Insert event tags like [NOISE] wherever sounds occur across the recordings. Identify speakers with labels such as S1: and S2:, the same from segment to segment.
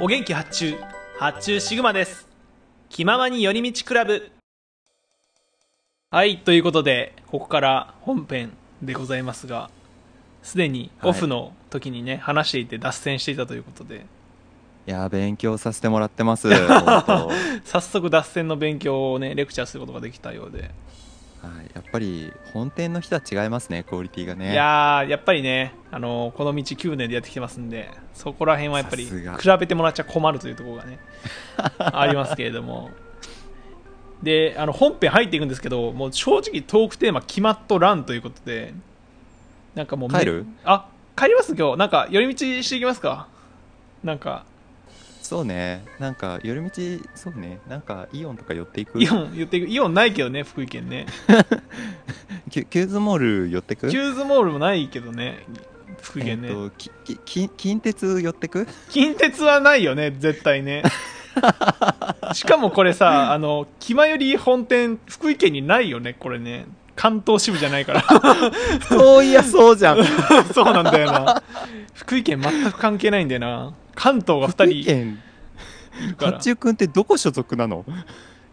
S1: お元気発注発注シグマです気ままに寄り道クラブはいということでここから本編でございますがすでにオフの時にね、話していて脱線していたということで
S2: いやー勉強させてもらってます
S1: [LAUGHS]
S2: 本当は
S1: 早速脱線の勉強をねレクチャーすることができたようで、
S2: いやっぱり本店の人は違いますねクオリティがね
S1: いやーやっぱりねあのこの道9年でやってきてますんでそこら辺はやっぱり
S2: さすが
S1: 比べてもらっちゃ困るというところ
S2: [LAUGHS]
S1: がねありますけれどもであの本編入っていくんですけどもう正直トークテーマ決まっとらんということでなんかもうめ
S2: 帰る
S1: あ帰ります今日なんか寄り道していきますかなんか
S2: そうねなんか寄り道そうねなんかイオンとか寄っていく
S1: イオン言っていくイオンないけどね福井県ね
S2: キュキューズモール寄ってく
S1: キューズモールもないけどね福井県ね、
S2: えっとききき近鉄寄ってく
S1: 近鉄はないよね絶対ねしかもこれさあの気まより本店福井県にないよねこれね関東支部じゃないから
S2: そういやそう [LAUGHS] じゃん
S1: そうなんだよな福井県全く関係ないんだよな関東が
S2: 福
S1: 2人
S2: 井
S1: い
S2: 県
S1: るか
S2: 八
S1: らい
S2: 中君ってどこ所属なの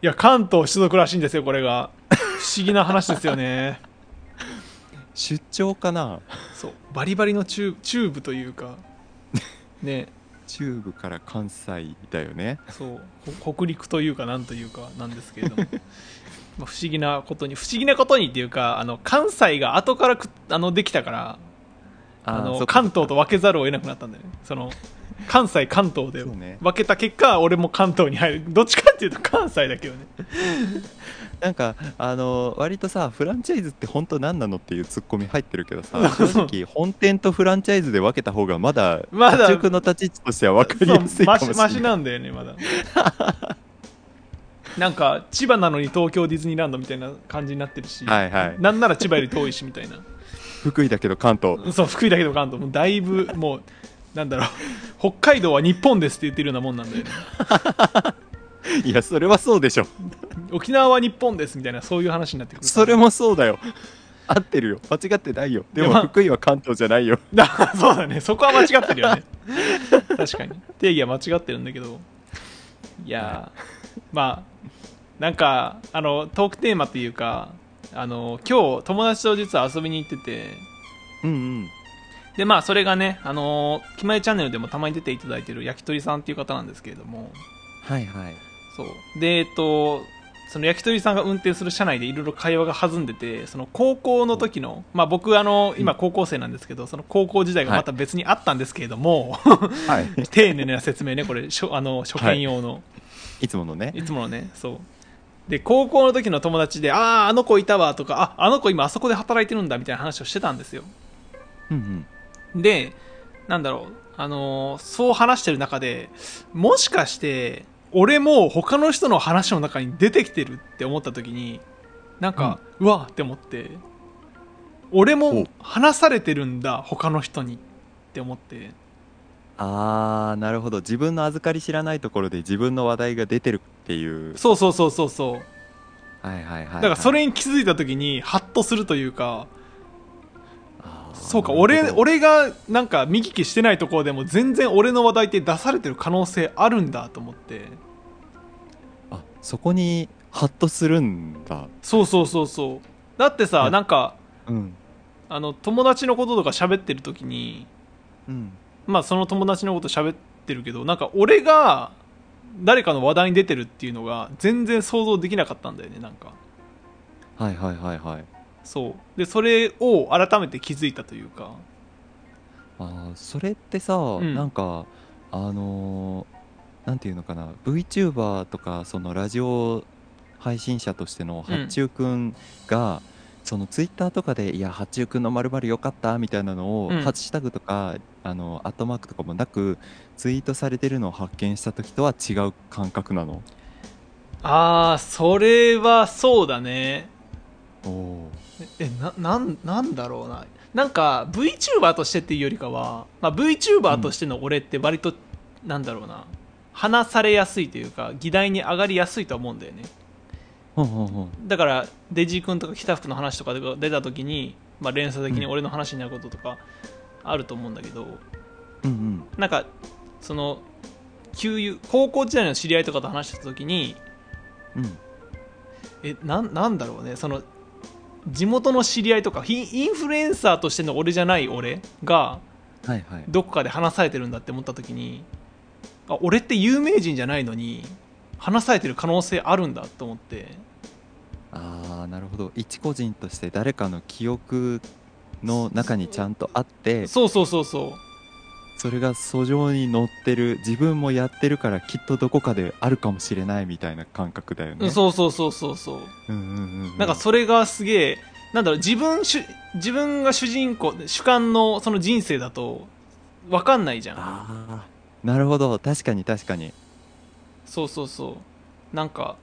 S1: や関東所属らしいんですよこれが不思議な話ですよね
S2: 出張かな
S1: そうバリバリの中中部というかね
S2: 中部から関西だよね
S1: そうこ北陸というかなんというかなんですけれども [LAUGHS] まあ不思議なことに不思議なことにっていうかあの関西が後からくあのできたからあ
S2: ー
S1: の
S2: そっか
S1: 関東と分けざるを得なくなったんだよねその関西関東で
S2: そうね
S1: 分けた結果、俺も関東に入るどっちかっていうと関西だけどね
S2: なんかあの割とさフランチャイズって本当何なのっていうツッコミ入ってるけ
S1: [LAUGHS]
S2: どさ正直本店とフランチャイズで分けた方がまだ
S1: まだ
S2: 八中君の立ち位置としては分かりやすいか
S1: マ
S2: も
S1: シ
S2: しれ
S1: マシ
S2: ない
S1: なんだよねま
S2: [LAUGHS]
S1: だなんか千葉なのに東京ディズニーランドみたいな感じになってるし、
S2: はいはい
S1: なんなら千葉より遠いしみたいな
S2: 福井だけど関東
S1: そう福井だけど関東もうだいぶもうなんだろう北海道は日本ですって言ってるようなもんなんだよね
S2: いやそれはそうでしょ
S1: 沖縄は日本ですみたいなそういう話になってくる
S2: それもそうだよ合ってるよ間違ってないよで
S1: い
S2: も
S1: やまあ
S2: 福井は関東じゃないよ
S1: だ [LAUGHS] そうだねそこは間違ってるよね確かに定義は間違ってるんだけどいやーまあなんかあのトークテーマっていうかあの今日友達と実は遊びに行ってて
S2: うんうん
S1: でまあそれがねあの「きまえチャンネル」でもたまに出ていただいてる焼き鳥さんっていう方なんですけれども
S2: はいはい
S1: そうでえっとその焼き鳥さんが運転する車内でいろいろ会話が弾んでてその高校の時の、まあ、僕あの今高校生なんですけど、その高校時代がまた別にあったんですけれども、 [LAUGHS]
S2: はい
S1: 丁寧な説明ねこれしょあの初見用の、
S2: いつものね
S1: い、つものねそうで高校の時の友達で「あああの子いたわ」とか「ああの子今あそこで働いてるんだ」みたいな話をしてたんですよ
S2: うん
S1: でなんだろうあのーそう話してる中でもしかして俺も他の人の話の中に出てきてるって思った時になんか、うわーって思って俺
S2: ほ
S1: も
S2: う
S1: 話されてるんだ他の人にって思って
S2: あーなるほど自分の預かり知らないところで自分の話題が出てるっていう
S1: そうそうそうそうそう
S2: はいはいはい、はい、
S1: だからそれに気づいた時にハッとするというか
S2: あー
S1: そうか
S2: なるほど
S1: 俺俺がなんか見聞きしてないところでも全然俺の話題って出されてる可能性あるんだと思って
S2: あそこにハッとするんだ
S1: そうそうそうそうだってさ
S2: うん
S1: なんか
S2: うん
S1: あの友達のこととか喋ってる時に
S2: うん
S1: まあその友達のこと喋ってるけどなんか俺が誰かの話題に出てるっていうのが全然想像できなかったんだよねなんか
S2: はいはいはいはい
S1: そうでそれを改めて気づいたというか
S2: あーそれってさ、
S1: ん
S2: なんかあのーなんていうのかな VTuber とかそのラジオ配信者としての
S1: うん
S2: 八中くんが、そのツイッターとかで「いや八中くんのまる良かった」みたいなのを、
S1: うん
S2: ハッシュタグとかあのアットマークとかもなくツイートされてるのを発見した時とは違う感覚なの
S1: ああそれはそうだね
S2: おお
S1: えななんなんだろうななんか VTuber としてっていうよりかは、まあ、VTuber としての俺って割と、なんだろうな話されやすいというか議題に上がりやすいとは思うんだよね
S2: ほんほんほん
S1: だからデジ君とか北福の話とかが出た時に、まあ、連鎖的に俺の話になることとかあると思うんだけど、
S2: うんうん
S1: なんかその旧友高校時代の知り合いとかと話してた時に
S2: うん
S1: えなんなんだろうねその地元の知り合いとかインインフルエンサーとしての俺じゃない俺が
S2: はいはい
S1: どこかで話されてるんだって思った時にあ俺って有名人じゃないのに話されてる可能性あるんだと思って
S2: ああなるほど一個人として誰かの記憶の中にちゃんとあって
S1: そうそうそうそう
S2: それが訴状に載ってる自分もやってるからきっとどこかであるかもしれないみたいな感覚だよ
S1: うん
S2: ね。
S1: そうそうそうそうそう
S2: うんうんうんうん
S1: なんかそれがすげえなんだろう自分主自分が主人公主観のその人生だと分かんないじゃん
S2: あーなるほど確かに確かに
S1: そうそうそうなんか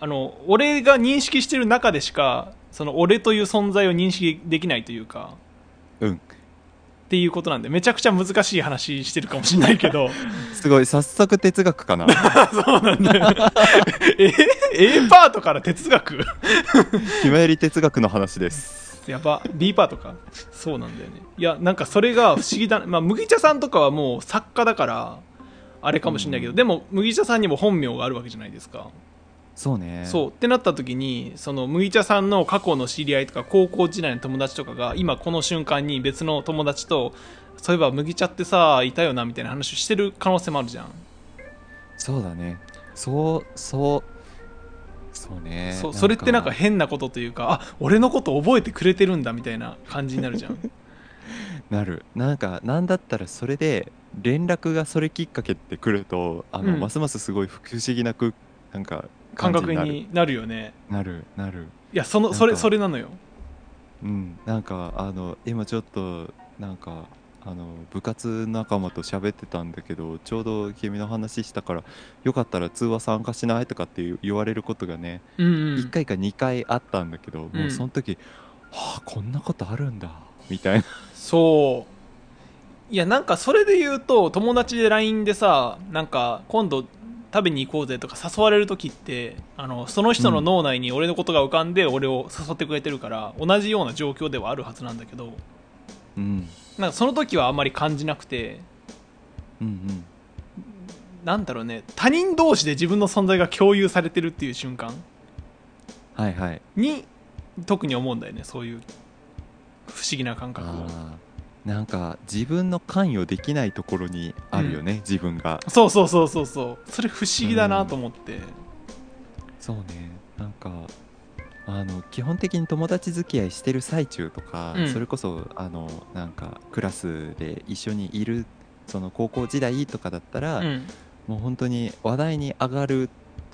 S1: あの俺が認識してる中でしかその俺という存在を認識できないというか
S2: うん
S1: っていうことなんでめちゃくちゃ難しい話してるかもしれないけ
S2: [LAUGHS]
S1: ど
S2: すごい早速哲
S1: [LAUGHS]
S2: 学かな
S1: そうなんだよえ A パートから哲学
S2: ひまより哲学の話です
S1: やば B パートかそうなんだよねいやなんかそれが不思議だ [LAUGHS] なまあ麦茶さんとかはもう作家だからあれかもしれないけど、でも麦茶さんにも本名があるわけじゃないですか
S2: そうね
S1: そうってなった時にその麦茶さんの過去の知り合いとか高校時代の友達とかが今この瞬間に別の友達とそういえば麦茶ってさいたよなみたいな話をしてる可能性もあるじゃん、
S2: そうだねそうそうそうね
S1: そうそれってなんか変なことというかあ俺のこと覚えてくれてるんだみたいな [LAUGHS] 感じになるじゃん
S2: なるなんかなんだったらそれで連絡がそれきっかけってくるとあの、
S1: うん
S2: ますますすごい不思議なくなんか
S1: 感
S2: 感じ
S1: 覚
S2: になる
S1: になるよね
S2: なるなる
S1: いやそのそれ
S2: なんか
S1: それなのよ
S2: うんなんかあの今ちょっとなんかあの部活仲間と喋ってたんだけどちょうど君の話したからよかったら通話参加しないとかっていう言われることがね、
S1: うんう
S2: 1
S1: ん
S2: 回か2回あったんだけど、
S1: う
S2: も
S1: ん
S2: うその時はあこんなことあるんだみたいな
S1: そういやなんかそれで言うと友達で LINE でさなんか今度食べに行こうぜとか誘われる時ってあのその人の脳内に俺のことが浮かんで俺を誘ってくれてるから同じような状況ではあるはずなんだけど
S2: うん
S1: なんかその時はあんまり感じなくて
S2: うんうん
S1: なんだろうね他人同士で自分の存在が共有されてるっていう瞬間
S2: はいはい
S1: に特に思うんだよねそういう不思議な感覚を
S2: あーなんか自分の関与できないところにあるよね、自分が
S1: そうそうそうそうそうそれ不思議だなと思って
S2: そうねなんかあの基本的に友達付き合いしてる最中とか、
S1: うん
S2: それこそあのなんかクラスで一緒にいるその高校時代とかだったら、
S1: うん
S2: もう本当に話題に上がる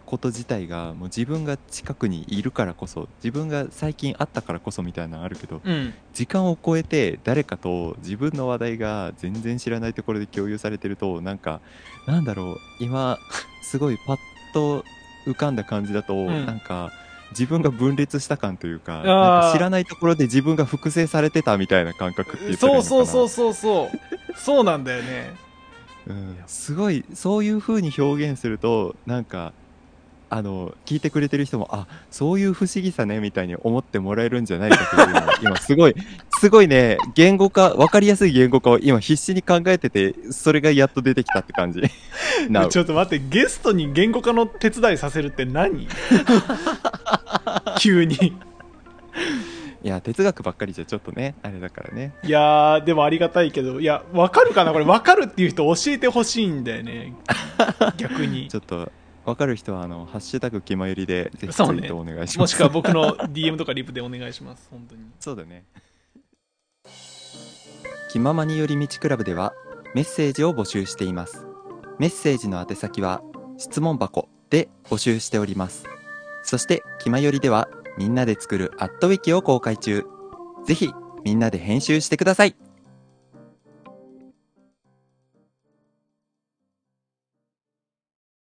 S2: こと自体がもう自分が近くにいるからこそ自分が最近会ったからこそみたいなのあるけど
S1: うん
S2: 時間を超えて誰かと自分の話題が全然知らないところで共有されてるとなんかなんだろう今すごいパッと浮かんだ感じだと、
S1: ん
S2: なんか自分が分裂した感というか
S1: ー
S2: なんか知らないところで自分が複製されてたみたいな感覚って言ったらい
S1: そ
S2: いうのかな
S1: そうそうそうそうそうなんだよね
S2: うんすごいそういう風に表現するとなんかあの聞いてくれてる人もあそういう不思議さねみたいに思ってもらえるんじゃないかというのを今すごいすごいね言語化分かりやすい言語化を今必死に考えててそれがやっと出てきたって
S1: [LAUGHS]
S2: 感じ Now
S1: ちょっと待ってゲストに言語化の手伝いさせるって何 [LAUGHS] 急に
S2: いや哲学ばっかりじゃちょっとねあれだからね
S1: いやーでもありがたいけどいやわかるかなこれわかるっていう人教えてほしいんだよね逆に
S2: [LAUGHS] ちょっと分かる人はあの「ハッシュタグ気まより」でぜひツイ
S1: そうね
S2: ートお願いし
S1: も
S2: ま
S1: し
S2: す
S1: くは僕の DM とかリプでお願いします本当に
S2: そうだね。気ままに寄り道クラブではメッセージを募集しています。メッセージの宛先は質問箱で募集しております。そして気まよりではみんなで作るアットウィキを公開中。ぜひみんなで編集してください。